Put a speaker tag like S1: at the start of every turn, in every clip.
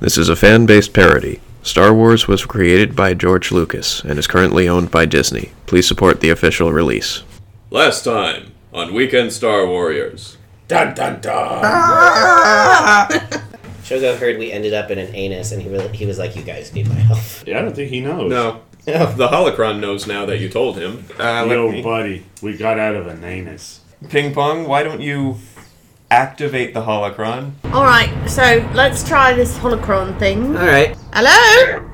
S1: This is a fan based parody. Star Wars was created by George Lucas and is currently owned by Disney. Please support the official release.
S2: Last time on Weekend Star Warriors.
S3: Dun dun dun.
S4: Shogo heard we ended up in an anus, and he really, he was like, "You guys need my help."
S3: Yeah, I don't think he knows.
S2: No. The Holocron knows now that you told him. Uh, let
S3: Yo,
S2: me-
S3: buddy, we got out of an anus.
S2: Ping Pong, why don't you activate the Holocron?
S5: All right, so let's try this holocron thing.
S4: All right.
S5: Hello.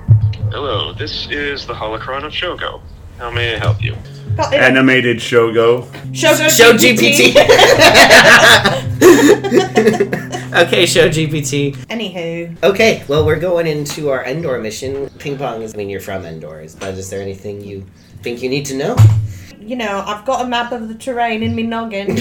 S6: Hello, this is the Holocron of Shogo. How may I help you?
S5: Got it.
S3: Animated Shogo.
S5: Show,
S4: Show GPT. okay, show GPT.
S5: Anywho,
S4: Okay, well, we're going into our Endor mission. Ping pong is, I mean, you're from Endor, is- but is there anything you think you need to know?
S5: you know, I've got a map of the terrain in me noggin,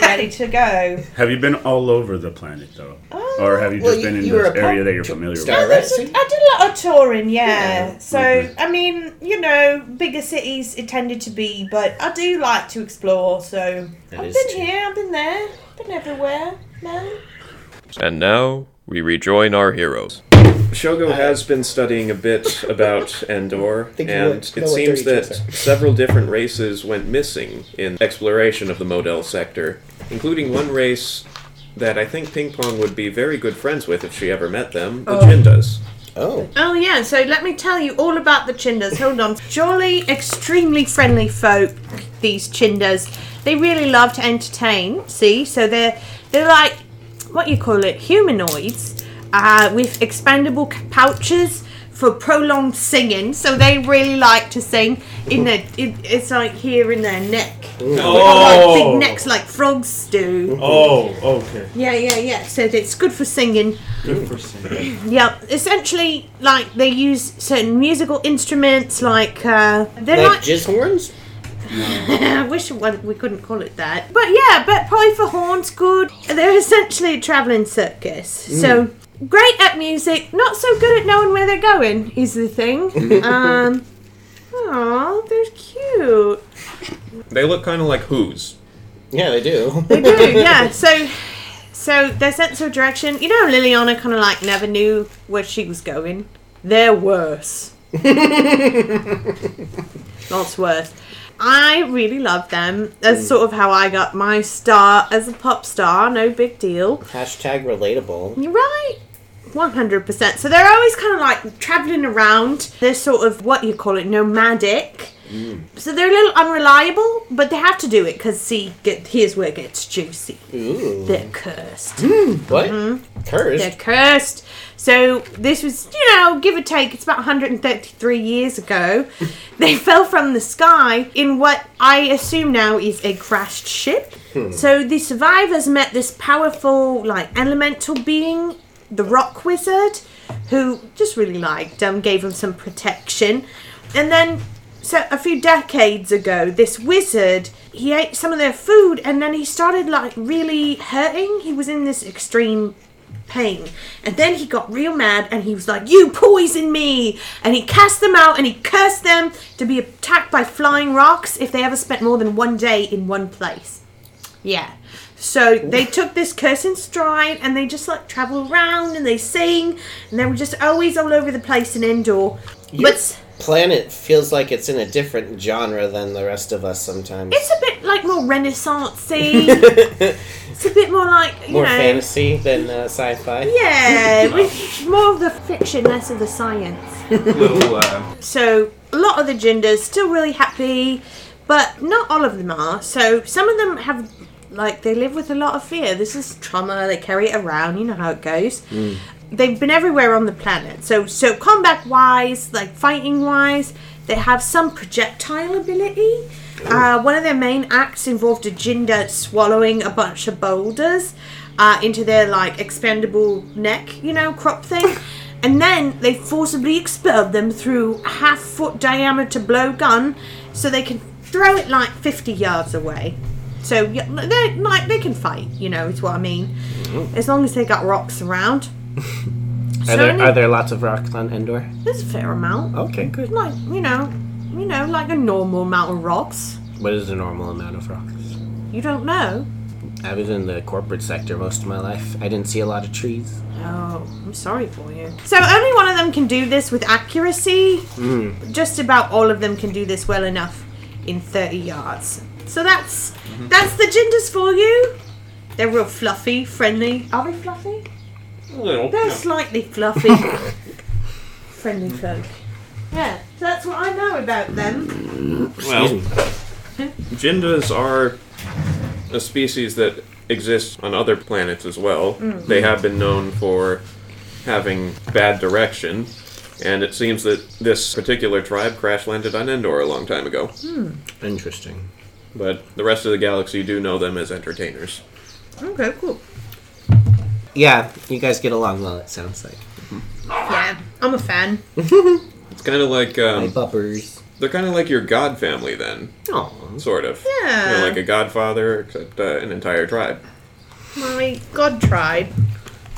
S5: ready to go.
S3: Have you been all over the planet though, or have you
S4: well,
S3: just been
S4: you-
S3: in
S4: you
S3: this
S4: were a
S3: area
S4: pop-
S3: that you're familiar
S4: star.
S3: with?
S4: Alright,
S5: There's a-
S4: so-
S5: I did a lot of touring, yeah.
S4: Yeah.
S5: So I mean, you know, bigger cities it tended to be, but I do like to explore. So
S4: That
S5: I've
S4: is
S5: been
S4: true.
S5: here, I've been there, been everywhere, man.
S1: And now we rejoin our heroes.
S2: Shogo has been studying a bit about Endor,
S4: Think you
S2: and
S4: would know
S2: it
S4: what
S2: seems
S4: dirty
S2: that
S4: tricks are.
S2: several different races went missing in exploration of the Model sector, including one race that I think Ping Pong would be very good friends with if she ever met them, the Jindas.
S4: Oh,
S5: Oh yeah, so let me tell you all about the Chindas. Hold on. Jolly, extremely friendly folk, these Chindas. They really love to entertain, see? So they're they're like what you call it, humanoids, uh, with expandable c- pouches for prolonged singing. So they really like to sing in their it, it's like here in their neck. Like big necks like frogs do.
S3: Oh, okay.
S5: Yeah, yeah, yeah. So it's good for singing.
S3: Good for saying.
S5: Yeah, essentially, like they use certain musical instruments, like uh, they're
S4: like
S5: like.
S4: jizz horns?
S5: I wish it wa- we couldn't call it that, but yeah, but pie for horns, good. They're essentially a traveling circus, so great at music, not so good at knowing where they're going is the thing. um, aw, they're cute.
S2: They look kind of like Who's.
S4: Yeah, they do.
S5: They do, yeah. So, so their sense of direction. You know, Liliana kind of like never knew where she was going. They're worse. Lots worse. I really love them. That's sort of how I got my star as a pop star. No big deal.
S4: Hashtag relatable.
S5: You're right. 100%. So they're always kind of like traveling around. They're sort of what you call it, nomadic. So they're a little unreliable, but they have to do it because see, get, here's where it gets juicy.
S4: Ooh.
S5: They're cursed.
S4: What?
S5: They're
S4: Cursed?
S5: cursed. So this was, you know, give or take, it's about 133 years ago. they fell from the sky in what I assume now is a crashed ship. so the survivors met this powerful, like, elemental being, the rock wizard, who just really liked them, gave them some protection. And then so a few decades ago this wizard he ate some of their food and then he started like really hurting he was in this extreme pain and then he got real mad and he was like you poison me and he cast them out and he cursed them to be attacked by flying rocks if they ever spent more than one day in one place yeah. So they took this curse in stride and they just like travel around and they sing and they were just always all over the place in indoor. But s-
S4: Planet feels like it's in a different genre than the rest of us sometimes.
S5: it's a bit like more renaissancey. it's a bit more like you
S4: More
S5: know,
S4: fantasy than uh, sci fi.
S5: yeah, with more of the fiction, less of the science.
S2: Little, uh,
S5: So a lot of the genders still really happy, but not all of them are. So some of them have like they live with a lot of fear. This is trauma. They carry it around. You know how it goes. They've been everywhere on the planet. So so combat wise, like fighting wise, they have some projectile ability. Uh, one of their main acts involved a jinder swallowing a bunch of boulders uh, into their like expandable neck, you know, crop thing. And then they forcibly expelled them through a half foot diameter blowgun so they can throw it like 50 yards away. So yeah, they like they can fight, you know, is what I mean. As long as they got rocks around.
S7: Mm-hmm. Are there, Oh. are there lots of rocks on Endor?
S5: There's a fair amount.
S7: Okay, good.
S5: Like, you know, you know, like a normal amount of rocks.
S7: What is the normal amount of rocks?
S5: You don't know.
S7: I was in the corporate sector most of my life. I didn't see a lot of trees.
S5: Oh, I'm sorry for you. So only one of them can do this with accuracy. Just about all of them can do this well enough in 30 yards. So that's that's the genders for you. They're real fluffy, friendly. Are they fluffy?
S2: A little.
S5: They're slightly fluffy. friendly folk. Yeah, so that's what I know about them.
S2: Well, Jindas are a species that exists on other planets as well. They have been known for having bad direction, and it seems that this particular tribe crash landed on Endor a long time ago.
S7: Interesting.
S2: But the rest of the galaxy do know them as entertainers.
S5: Okay, cool.
S7: Yeah, you guys get along well, it sounds like.
S5: Yeah, I'm a fan.
S2: It's kind of like
S7: My
S2: um,
S7: bumpers.
S2: they're kind of like your god family then,
S7: Aw.
S2: sort of.
S5: Yeah.
S2: You know, like a godfather, except uh, an entire tribe.
S5: My god tribe.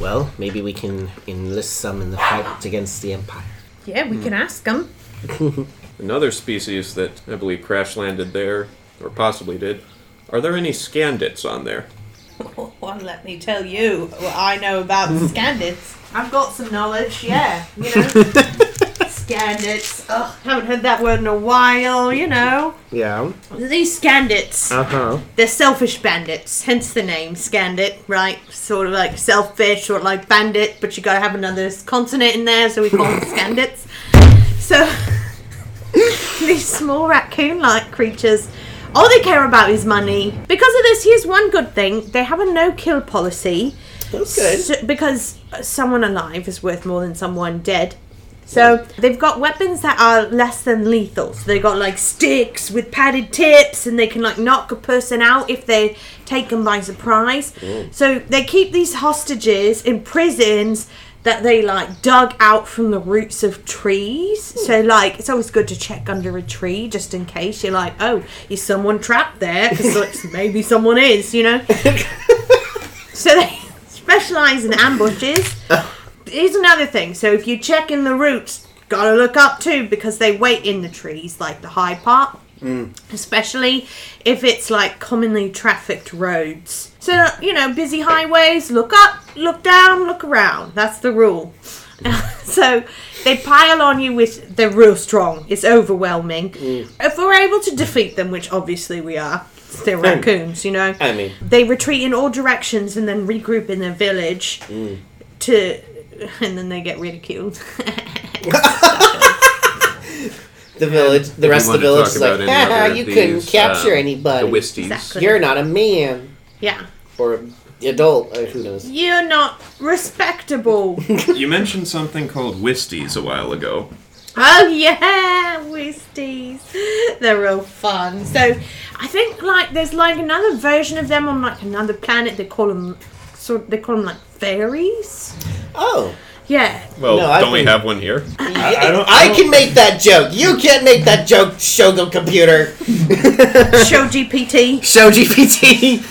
S7: Well, maybe we can enlist some in the fight against the Empire.
S5: Yeah, we can ask them.
S2: Another species that I believe crash landed there, or possibly did. Are there any Scandits on there?
S5: Well, let me tell you what I know about Scandids. I've got some knowledge, yeah. You know, Scandids. Ugh, haven't heard that word in a while, you know.
S7: Yeah.
S5: These Scandids,
S7: Uh
S2: uh-huh.
S7: huh.
S5: they're selfish bandits, hence the name Scandit, right? Sort of like selfish or like bandit, but you gotta have another consonant in there, so we call them Scandits. So, these small raccoon like creatures. All they care about is money. Because of this, here's one good thing they have a no kill policy.
S7: That's good.
S5: So- because someone alive is worth more than someone dead. So they've got weapons that are less than lethal. So they've got like sticks with padded tips and they can like knock a person out if they take them by surprise. So they keep these hostages in prisons that they like dug out from the roots of trees. So like it's always good to check under a tree just in case you're like, oh, is someone trapped there? Because like, maybe someone is, you know. So they specialize in ambushes. Here's another thing. So if you check in the roots, gotta look up too because they wait in the trees, like the high part. Especially if it's like commonly trafficked roads. So, you know, busy highways, look up, look down, look around. That's the rule. so they pile on you with, they're real strong. It's overwhelming.
S4: Mm.
S5: If we're able to defeat them, which obviously we are, they're raccoons, you know
S4: I mean,
S5: they retreat in all directions and then regroup in their village
S4: Mm.
S5: to and then they get ridiculed
S4: the village, the rest of the
S2: If you wanna
S4: village
S2: talk
S4: is like,
S2: about any
S7: "Ah,
S4: haha,
S2: other of
S4: you couldn't
S2: these,
S4: capture
S2: uh,
S4: anybody.
S2: The Wisties.
S5: Exactly.
S4: You're not a man
S5: yeah
S4: or adult,
S7: uh,
S4: or who knows.
S5: you're not respectable
S2: You mentioned something called Wisties a while ago.
S5: oh yeah wisties they're real fun so i think like there's like another version of them on like another planet they call them sort they call them like fairies
S4: Oh,
S5: yeah
S2: Well,
S4: No, I
S2: don't we
S4: think-
S2: have one here?
S4: I,
S3: I don't- I
S4: I
S3: don't-
S4: can make that joke. You can't make that joke, Shogo computer.
S5: show gpt
S4: Show GPT.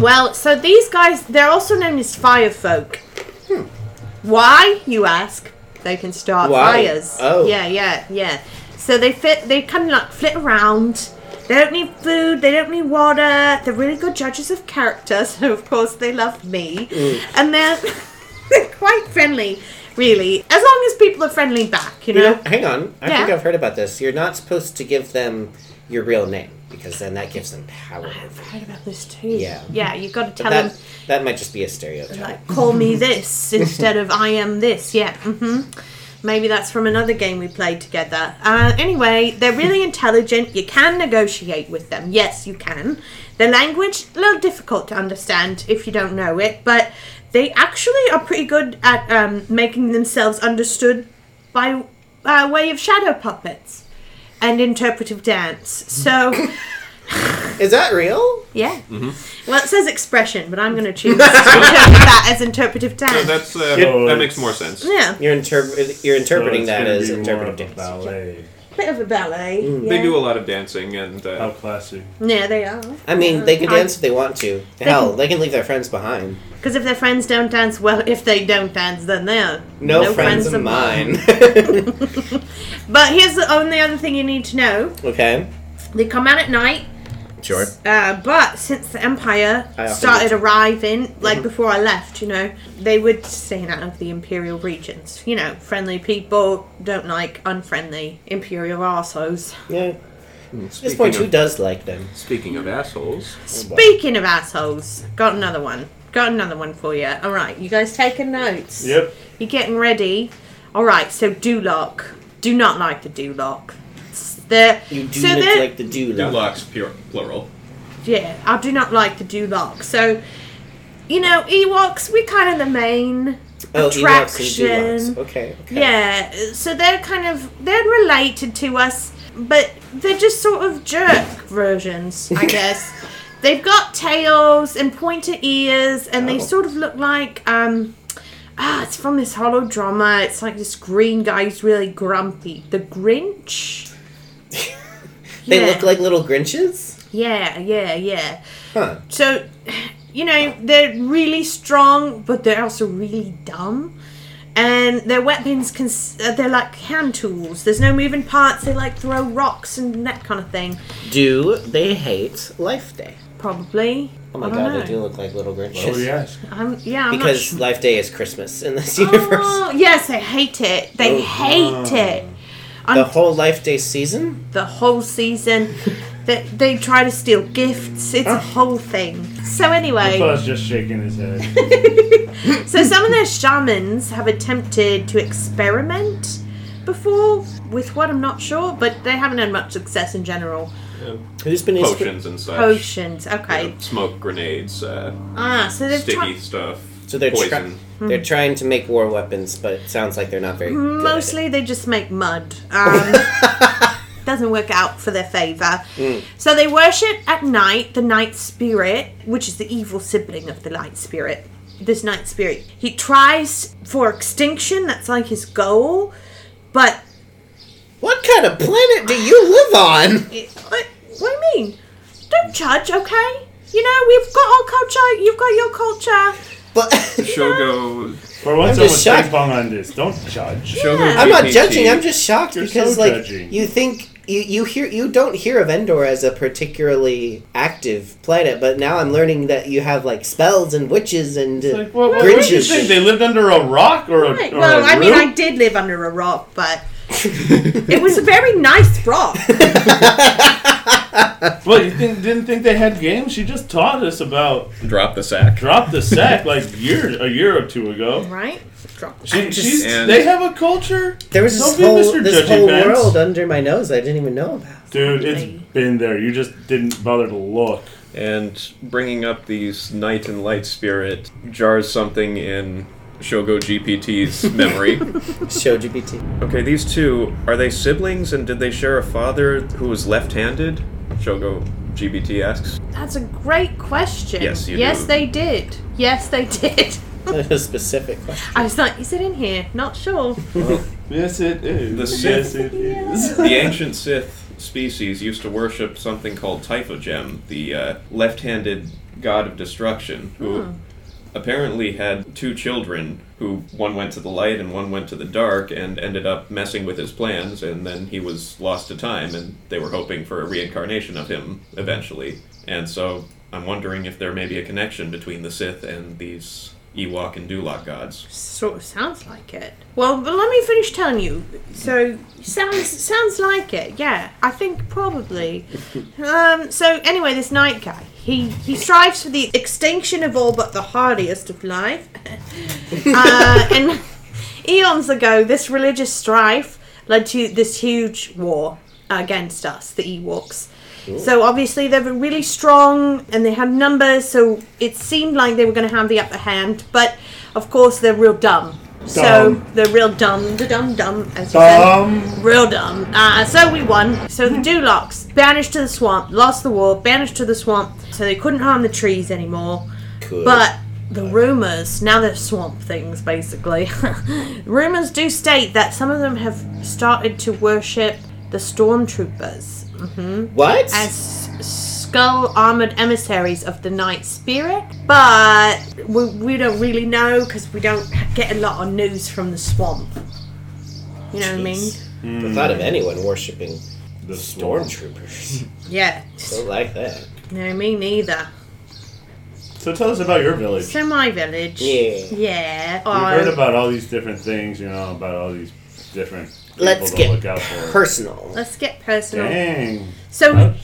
S5: Well, so these guys, they're also known as fire folk.
S4: Hmm.
S5: Why, you ask? They can start
S4: Why?
S5: fires.
S4: Oh.
S5: Yeah, yeah, yeah. So they fit, they kind of like flit around. They don't need food, they don't need water. They're really good judges of character, so of course they love me.
S4: Mm.
S5: And they're, they're quite friendly, really. As long as people are friendly back, you know?
S4: You know, hang on. I think
S5: Yeah.
S4: I've heard about this. You're not supposed to give them your real name because then that gives them power.
S5: I've heard about this too.
S4: Yeah.
S5: Yeah, you've got to tell them.
S4: That, that might just be a stereotype.
S5: like call me this instead of I am this. Yeah. hmm Maybe that's from another game we played together. Uh, anyway, they're really intelligent. You can negotiate with them. Yes, you can. Their language a little difficult to understand if you don't know it, but they actually are pretty good at um, making themselves understood by uh, way of shadow puppets and interpretive dance. So,
S4: Is that real?
S5: yeah. Well, it says expression, but I'm going to choose to interpret that as interpretive dance.
S2: That's uh,
S3: Yeah.
S2: that makes more sense.
S5: Yeah,
S4: You're interpre- You're
S3: So
S4: interpreting
S3: it's
S4: that
S3: gonna
S4: as
S3: be more
S4: interpretive
S3: of a
S4: dance.
S3: ballet.
S5: bit of a ballet.
S4: Mm,
S5: Yeah.
S2: They do a lot of dancing, and
S3: How
S4: Oh,
S2: uh,
S3: classic.
S5: yeah, they are.
S4: I mean, they can
S5: I-
S4: dance if they want to. Hell, they can leave their friends behind.
S5: Because if their friends don't dance, well, if they don't dance, then they're
S4: No, friends, of mine.
S5: But here's the only other thing you need to know:
S4: okay.
S5: they come out at night.
S4: Sure.
S5: Uh, but since the Empire
S4: I often Mm-hmm.
S5: started
S4: get-
S5: arriving, like before I left, you know, they were staying out of the Imperial regions. You know, friendly people don't like unfriendly Imperial arseholes.
S4: Yeah. At this
S2: Speaking
S4: point,
S2: of-
S4: who does like them?
S2: Speaking of assholes,
S5: Speaking of assholes, got another one. Got another one for you. All right, you guys taking notes?
S3: Yep.
S5: You're getting ready. All right, so Duloc. Do not like the Duloc. It's The,
S4: You do
S5: so
S4: look
S5: they're-
S4: like the do love.
S2: Duloc's pure, plural.
S5: yeah, I do not like the Duloc. So, you know, Ewoks, we're kind of the main
S4: Oh, Ewoks and
S5: attraction.
S4: Dulocs. Okay. okay.
S5: Yeah, so they're kind of they're related to us, but they're just sort of jerk versions, I guess. They've got tails and pointer ears, and they
S4: Oh.
S5: sort of look like um, ah, it's from this hollow drama. It's like this green guy who's really grumpy, the Grinch.
S4: They
S5: Yeah.
S4: look like little Grinches.
S5: Yeah, yeah, yeah.
S4: Huh.
S5: So, you know, they're really strong, but they're also really dumb. And their weapons, can, s- uh, they're like hand tools. There's no moving parts. They like throw rocks and that kind of thing.
S7: Do they hate Life Day?
S5: Probably.
S4: Oh my
S5: I don't
S4: god,
S5: know.
S4: they do look like little Grinches.
S3: What would you ask?
S5: I'm, yeah, I'm
S4: Because
S5: not
S4: Life Day is Christmas in this
S5: sure.
S4: universe.
S5: Oh, yes, they hate it. They
S4: Oh.
S5: hate it.
S4: The whole Life Day season?
S5: the whole season. They, they try to steal gifts. It's a whole thing. So
S3: I
S5: anyway.
S3: was just shaking his head.
S5: So some of their shamans have attempted to experiment before with what I'm not sure, but they haven't had much success in general.
S4: Who's been inspi-
S2: Potions and such.
S5: Potions, okay.
S2: Yeah, smoke grenades, uh,
S5: Ah, so they've
S2: sticky
S5: tried
S2: stuff.
S4: So they're tri-
S2: poison.
S4: They're trying to make war weapons, but it sounds like they're not very good at it.
S5: mostly they just make mud. Um, doesn't work out for their favor. So they worship at night the night spirit, which is the evil sibling of the light spirit. This night spirit, he tries for extinction. That's like his goal, but
S4: What kind of planet do you live on?
S5: It- What, what do you mean? Don't judge, okay? You know, we've got our culture, you've got your culture.
S4: But
S2: Shogo.
S3: For once, I
S4: I'm just
S3: was
S4: shocked.
S3: ping pong on this. Don't judge.
S2: Shogo
S4: I'm not
S2: PPT.
S4: judging. I'm just shocked
S3: You're
S4: because,
S3: so
S4: like,
S3: judgy.
S4: you think you you hear you don't hear of Endor as a particularly active planet, but now I'm learning that you have like spells and witches and uh,
S3: It's Like, what, what, what did you
S4: Grinches.
S3: think? They lived under a rock or a,
S5: Right,
S3: or
S5: well,
S3: a
S5: I mean,
S3: roof?
S5: I did live under a rock, but it was a very nice rock.
S3: Well, you think, didn't think they had games? She just taught us about
S2: Drop the sack.
S3: drop the sack like year a year or two ago.
S5: Right? Drop.
S3: She,
S4: just-
S3: she's,
S2: and-
S3: they have a culture,
S4: there was
S3: Don't
S4: this
S3: be
S4: whole
S3: Mr.
S4: this
S3: Judgy
S4: whole
S3: Pants.
S4: world under my nose I didn't even know about.
S3: dude. It's been there. You just didn't bother to look.
S2: And bringing up these night and light spirit jars something in Shogo GPT's memory.
S4: Show GPT.
S2: Okay, these two are they siblings, and did they share a father who was left-handed? Shogo GBT asks.
S5: That's a great question.
S2: Yes, you do.
S5: they did. Yes, they did.
S4: a specific question.
S5: I was like, is it in here? Not sure.
S3: Yes, it is.
S2: The Sith.
S3: yes, it is.
S2: The ancient Sith species used to worship something called Typhogem, the uh, left-handed god of destruction, who apparently had two children who one went to the light and one went to the dark and ended up messing with his plans and then he was lost to time and they were hoping for a reincarnation of him eventually and so i'm wondering if there may be a connection between the sith and these ewok and duloc gods
S5: Sort of sounds like it. Well, but let me finish telling you. So sounds sounds like it. Yeah, I think probably. Um, so anyway, this night guy, he he strives for the extinction of all but the hardiest of life. uh, and eons ago, this religious strife led to this huge war against us, the Ewoks. So obviously they were really strong and they had numbers, so it seemed like they were going to have the upper hand. But of course they're real dumb. So
S3: Dumb.
S5: they're real dumb, the dumb dumb as you
S3: Dumb.
S5: said, real dumb. Uh, so we won. So the Dulocs banished to the swamp, lost the war, banished to the swamp, so they couldn't harm the trees anymore.
S4: Good.
S5: But the rumors, now they're swamp things basically, rumors do state that some of them have started to worship the stormtroopers
S4: what?
S5: as skull armored emissaries of the night spirit, but we, we don't really know because we don't get a lot of news from the swamp. You know what I mean?
S4: The thought of anyone worshiping
S3: This one.
S4: Stormtroopers.
S5: Yeah.
S4: Don't like that.
S5: No, me neither.
S3: So tell us about your village.
S5: So my village.
S4: Yeah.
S5: Yeah.
S3: We've
S5: I-
S3: heard about all these different things, you know, about all these different people
S4: Let's
S3: to
S4: get
S3: look out for.
S4: personal.
S5: Let's get personal.
S3: Dang.
S5: So
S3: I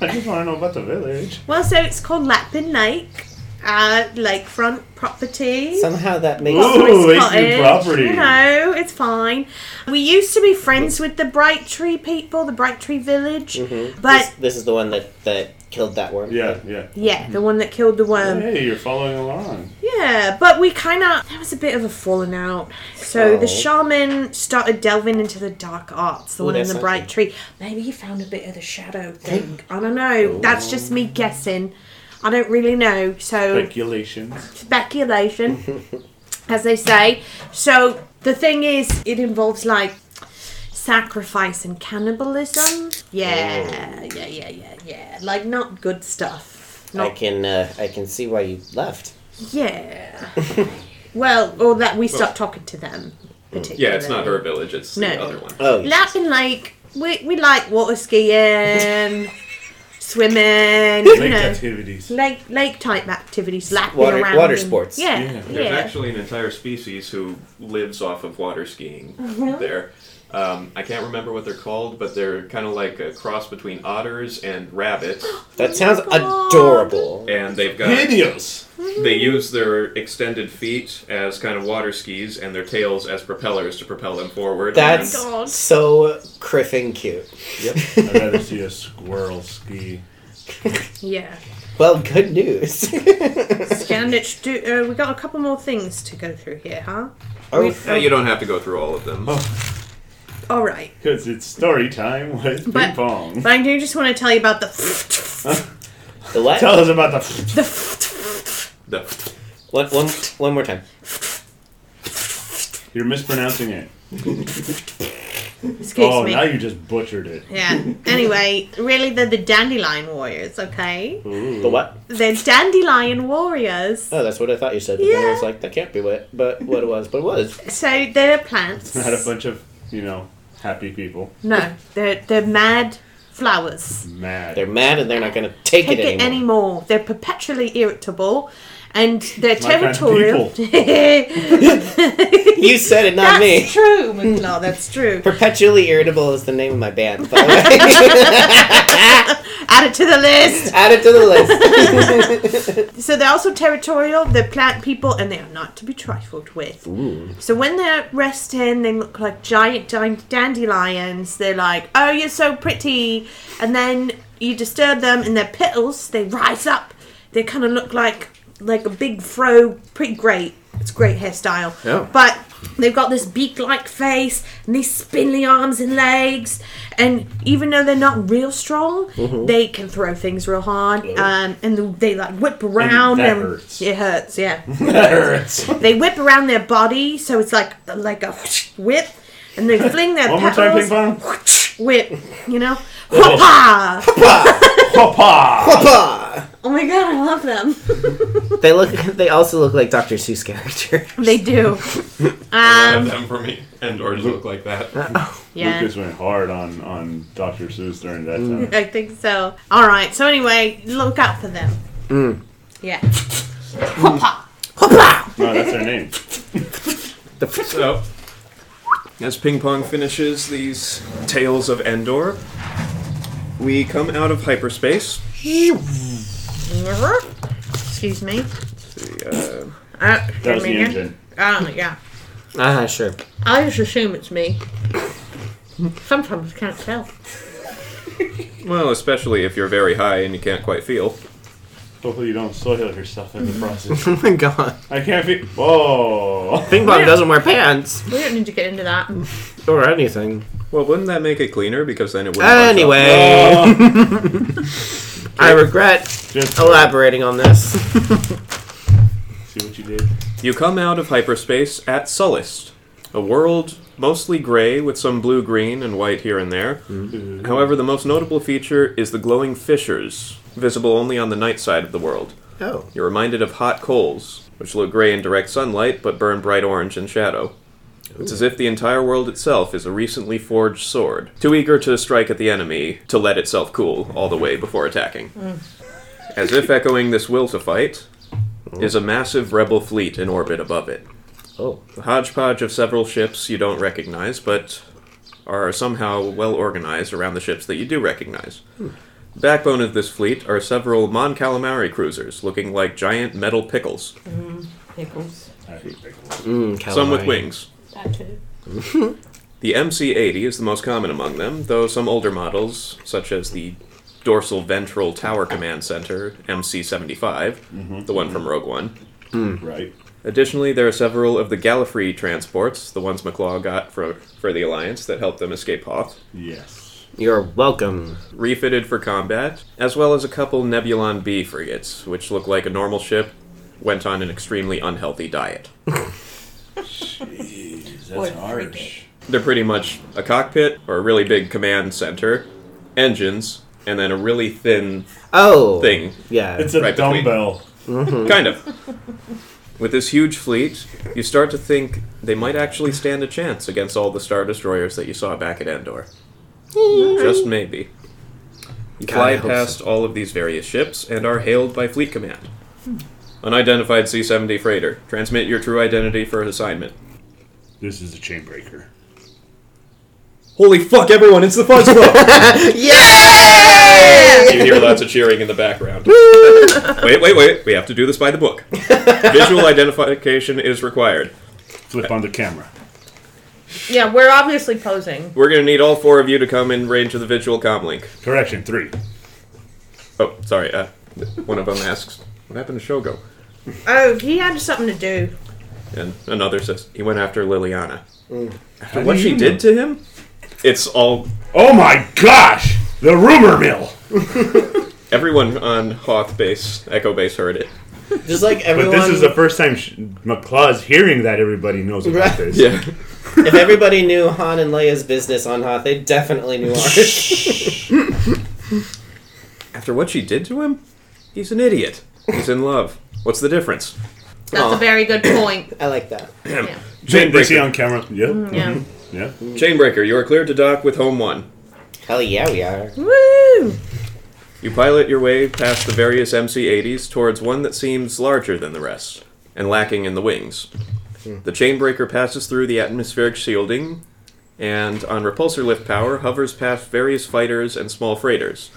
S3: I just want to know about the village.
S5: Well, so it's called Lapin Lake, uh, lakefront property.
S4: Somehow that makes
S3: Ooh.
S5: Nice
S3: it's new
S5: cottage,
S3: property.
S5: You know, it's fine. We used to be friends with the Bright Tree people, the Bright Tree Village,
S4: this,
S5: but
S4: this is the one that that killed that worm.
S3: Yeah, yeah.
S5: yeah, the one that killed the
S4: Um,
S5: worm.
S3: Hey, you're following along.
S5: Yeah, but we kind of there was a bit of a falling out. So
S4: Oh.
S5: the shaman started delving into the dark arts, the
S4: Ooh,
S5: one in
S4: that's
S5: the
S4: not
S5: Bright Tree. Maybe he found a bit of the shadow thing. I don't know. That's just me guessing. I don't really know. So
S3: Speculations.
S5: speculation, as they say. So the thing is, it involves like sacrifice and cannibalism. Yeah,
S4: Oh.
S5: yeah, yeah, yeah, yeah. Like not good stuff.
S4: I
S5: Not,
S4: can uh, I can see why you left.
S5: yeah. well, or that we stop talking to them. Particularly.
S2: Yeah, it's not her village. It's the
S5: No.
S2: other one.
S4: Oh, yeah.
S5: Laughing like we we like water skiing, swimming, you
S3: Lake
S5: know.
S3: activities.
S5: Lake, lake type activities, lapping
S4: Water-
S5: around.
S4: water
S5: and-
S4: sports.
S5: Yeah, yeah.
S2: There's actually an entire species who lives off of water skiing there. Um, I can't remember what they're called, but they're kind of like a cross between otters and rabbits,
S4: that sounds
S5: my God. Oh
S4: adorable.
S2: and they've got
S3: Videos.
S2: they use their extended feet as kind of water skis and their tails as propellers to propel them forward.
S4: That's
S5: Oh my God.
S4: so criffing cute.
S3: Yep. I'd rather see a squirrel ski.
S5: yeah.
S4: Well, good news.
S5: Scandich, do, uh, we got a couple more things to go through here, huh?
S4: oh,
S2: And, uh, you don't have to go through all of them.
S5: All right,
S3: Because it's story time with
S5: But-
S3: ping pong.
S5: but I do just want to tell you about the
S4: the what?
S3: Tell us about the.
S2: The-
S4: One, one, one more time.
S3: You're mispronouncing it.
S5: excuse
S3: oh,
S5: me.
S3: now you just butchered it.
S5: yeah. Anyway, really, they're the dandelion warriors. Okay,
S4: The what?
S5: they're dandelion warriors.
S4: Oh, that's what I thought you said. But then I was
S5: Yeah.
S4: like, that can't be what, but what it was, but it was.
S5: So they're plants.
S3: Not a bunch of, you know, happy people.
S5: No, they're they're mad flowers.
S3: Mad.
S4: They're mad and they're not going to take,
S5: Take
S4: it
S5: it
S4: anymore.
S5: anymore. They're perpetually irritable, and they're
S3: My kind of
S5: territorial.
S4: you said it, not
S5: That's
S4: me.
S5: true, McClaw. That's true.
S4: Perpetually Irritable is the name of my band, by the way.
S5: Add it to the list.
S4: Add it to the list.
S5: So they're also territorial, they're plant people, and they are not to be trifled with. So when they're resting, they look like giant, giant dandelions. They're like, oh, you're so pretty. And then you disturb them, and their petals, they rise up. They kind of look like like a big fro, pretty great. It's a great hairstyle.
S1: Yeah.
S5: But they've got this beak like face and these spindly arms and legs. And even though they're not real strong, they can throw things real hard. Um, and they like whip around.
S3: that
S5: and
S3: hurts.
S5: It hurts, yeah.
S3: that hurts.
S5: they whip around their body, so it's like like a whip. And they fling their
S3: One more time, ping
S5: petals.
S3: pong. Oh.
S5: Whip, you know? Hoppa!
S3: Papa.
S4: Bah!
S5: Oh my god, I love them.
S4: they look. They also look like Dr. Seuss character.
S5: They do.
S2: have
S5: Um,
S2: them for me. And or look like that.
S5: yeah.
S3: Lucas went hard on on Dr. Seuss during that time.
S5: I think so. All right. So anyway, look out for them. Yeah. Hoppa. Mm.
S3: No, that's their name.
S2: So, as Ping Pong finishes these Tales of Endor, we come out of hyperspace.
S5: Excuse me.
S2: The, uh,
S5: Uh,
S3: That was the
S5: me again?
S3: engine.
S5: Oh yeah.
S4: Ah, sure.
S5: I just assume it's me. Sometimes I can't tell.
S2: well, especially if you're very high and you can't quite feel.
S3: Hopefully you don't soil yourself in the process.
S4: Oh my god.
S3: I can't feel. Whoa.
S4: Ping Pong doesn't wear pants
S5: We don't need to get into that.
S3: Mm.
S4: or anything.
S2: Well, wouldn't that make it cleaner? Because then it would.
S4: Anyway,
S3: Oh,
S4: I regret
S3: just
S4: elaborating on this.
S3: see what you did.
S2: you come out of hyperspace at Sullust, a world mostly gray with some blue, green, and white here and there. However, the most notable feature is the glowing fissures, visible only on the night side of the world.
S4: Oh.
S2: You're reminded of hot coals, which look gray in direct sunlight but burn bright orange in shadow. It's as if the entire world itself is a recently forged sword, too eager to strike at the enemy to let itself cool all the way before attacking. As if echoing this will to fight is a massive rebel fleet in orbit above it.
S7: Oh,
S2: A hodgepodge of several ships you don't recognize, but are somehow well organized around the ships that you do recognize. Backbone of this fleet are several Mon Calamari cruisers, looking like giant metal pickles,
S5: Pickles.
S7: mm,
S2: some with
S7: calamari.
S2: wings.
S5: That too.
S2: The MC80 is the most common among them, though some older models, such as the Dorsal Ventral Tower Command Center MC75, the one from Rogue One.
S3: Right.
S2: Additionally, there are several of the Gallifrey transports, the ones McClaw got for, for the Alliance that helped them escape Hoth,
S3: Yes.
S7: You're welcome.
S2: refitted for combat, as well as a couple Nebulon B frigates, which look like a normal ship, went on an extremely unhealthy diet.
S3: Jeez,
S5: Boy,
S3: that's harsh.
S2: They're pretty much a cockpit or a really big command center, engines, and then a really thin
S7: Oh,
S2: thing
S7: Yeah,
S3: It's a
S2: Right between.
S3: dumbbell.
S2: Kind of. With this huge fleet, you start to think they might actually stand a chance against all the Star Destroyers that you saw back at Endor. Just maybe. You
S7: God,
S2: fly
S7: I hope
S2: past all of these various ships and are hailed by Fleet Command. Unidentified C 70 freighter. Transmit your true identity for assignment.
S3: This is a chain breaker.
S2: Holy fuck, everyone, it's the Fuzz Club!
S7: Yay!
S2: you hear lots of cheering in the background. wait, wait, wait. We have to do this by the book. Visual identification is required.
S3: Flip on the camera.
S5: Yeah, we're obviously posing.
S2: We're gonna need all four of you to come in range of the visual comm link.
S3: Correction three.
S2: Oh, sorry. Uh, one of them asks, "What happened to Shogo?"
S5: Oh, he had something to do.
S2: And another says, "He went after Liliana." After
S3: do
S2: what she
S3: you
S2: did to him, it's all
S3: Oh my gosh! The rumor mill.
S2: everyone on Hoth base, Echo base heard it.
S4: Just like
S8: But
S4: everyone.
S8: this is the first time sh- McClaw's hearing that everybody knows about
S4: Right.
S8: this.
S2: Yeah,
S4: if everybody knew Han and Leia's business on Hoth, they definitely knew ours.
S2: after what she did to him, he's an idiot. He's in love. What's the difference?
S5: That's a very good point.
S4: I like that.
S5: yeah.
S3: They, they see
S2: Chainbreaker.
S3: on camera. Yep.
S8: Mm-hmm.
S5: yeah.
S3: Yeah.
S2: Mm. Chainbreaker, you are cleared to dock with Home One.
S4: Hell yeah, we are.
S5: Woo!
S2: You pilot your way past the various MC-80s towards one that seems larger than the rest and lacking in the wings. The chainbreaker passes through the atmospheric shielding and on repulsor lift power hovers past various fighters and small freighters.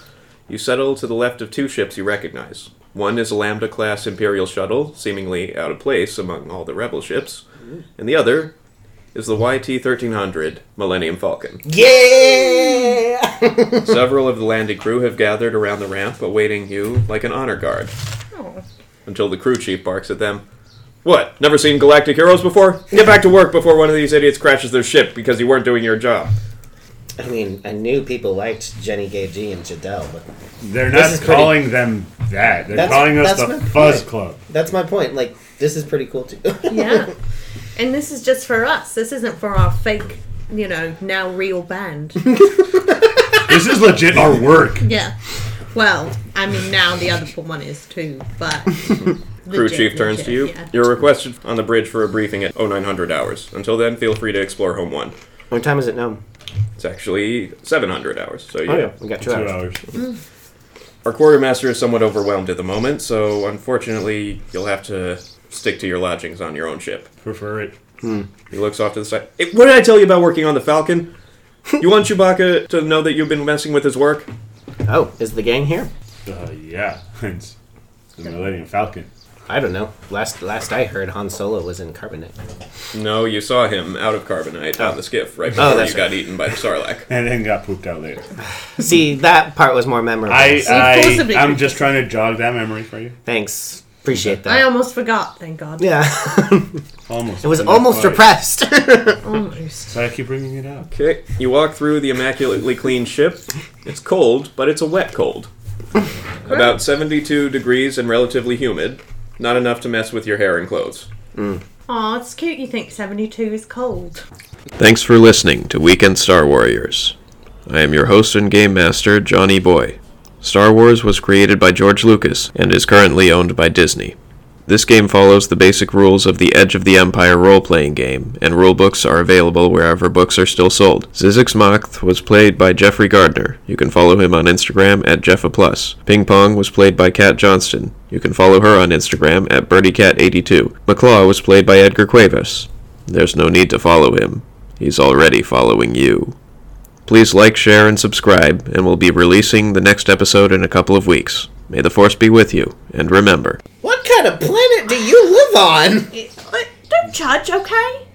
S2: You settle to the left of two ships you recognize. One is a Lambda class Imperial shuttle, seemingly out of place among all the rebel ships, and the other is the YT-1300 Millennium Falcon.
S4: Yeah!
S2: Several of the landing crew have gathered around the ramp, awaiting you like an honor guard. Until the crew chief barks at them. What? Never seen galactic heroes before? Get back to work before one of these idiots crashes their ship because you weren't doing your job.
S4: I mean, I knew people liked Jenny Gagey and Jadel, but
S8: They're
S4: This
S8: not
S4: is pretty-
S8: calling them that. They're
S4: That's-
S8: calling us
S4: that's
S8: the
S4: my
S8: Fuzz
S4: point.
S8: Club.
S4: that's my point. Like, this is pretty cool too.
S5: Yeah. And this is just for us. This isn't for our fake, you know, now real band.
S8: This is legit our work.
S5: yeah. Well, I mean, now the other one is too, but.
S2: crew chief turns to you. You're requested on the bridge for a briefing at 0900 hours. Until then, feel free to explore Home 1.
S7: What time is it now?
S2: It's actually 700 hours, so yeah.
S7: Oh yeah, we got two,
S8: Two
S7: hours.
S8: hours.
S2: Our quartermaster is somewhat overwhelmed at the moment, so unfortunately, you'll have to stick to your lodgings on your own ship.
S8: Prefer it.
S2: He looks off to the side. Hey, what did I tell you about working on the Falcon? You want Chewbacca to know that you've been messing with his work?
S7: Oh, is the gang here?
S8: Uh, yeah. It's the Millennium Falcon.
S7: I don't know. Last last I heard, Han Solo was in carbonite.
S2: No, you saw him out of carbonite on the skiff right before
S7: Oh,
S2: you
S7: that's
S2: got eaten by the sarlacc.
S8: And then got pooped out later.
S7: See, that part was more memorable.
S8: I,
S7: So,
S8: I,
S5: forcibly-
S8: I'm just trying to jog that memory for you.
S7: Thanks, appreciate
S5: I
S7: that.
S5: almost forgot, thank God.
S7: yeah,
S8: Almost.
S7: it was almost repressed.
S5: Almost.
S8: So I keep bringing it up.
S2: Okay, you walk through the immaculately clean ship. It's cold, but it's a wet cold. About 72 degrees and relatively humid. Not enough to mess with your hair and clothes.
S5: Aw, it's cute you think 72 is cold.
S1: Thanks for listening to Weekend Star Warriors. I am your host and game master, Johnny Boy. Star Wars was created by George Lucas and is currently owned by Disney. This game follows the basic rules of the Edge of the Empire role playing game, and rulebooks are available wherever books are still sold. Zizix Moth was played by Jeffrey Gardner. You can follow him on Instagram at JeffaPlus. Ping Pong was played by Kat Johnston. You can follow her on Instagram at BirdieCat82. McClaw was played by Edgar Cuevas. There's no need to follow him, he's already following you. Please like, share, and subscribe, and we'll be releasing the next episode in a couple of weeks. May the Force be with you, and remember.
S4: What kind of planet do you live on?
S5: It- uh, don't judge, okay?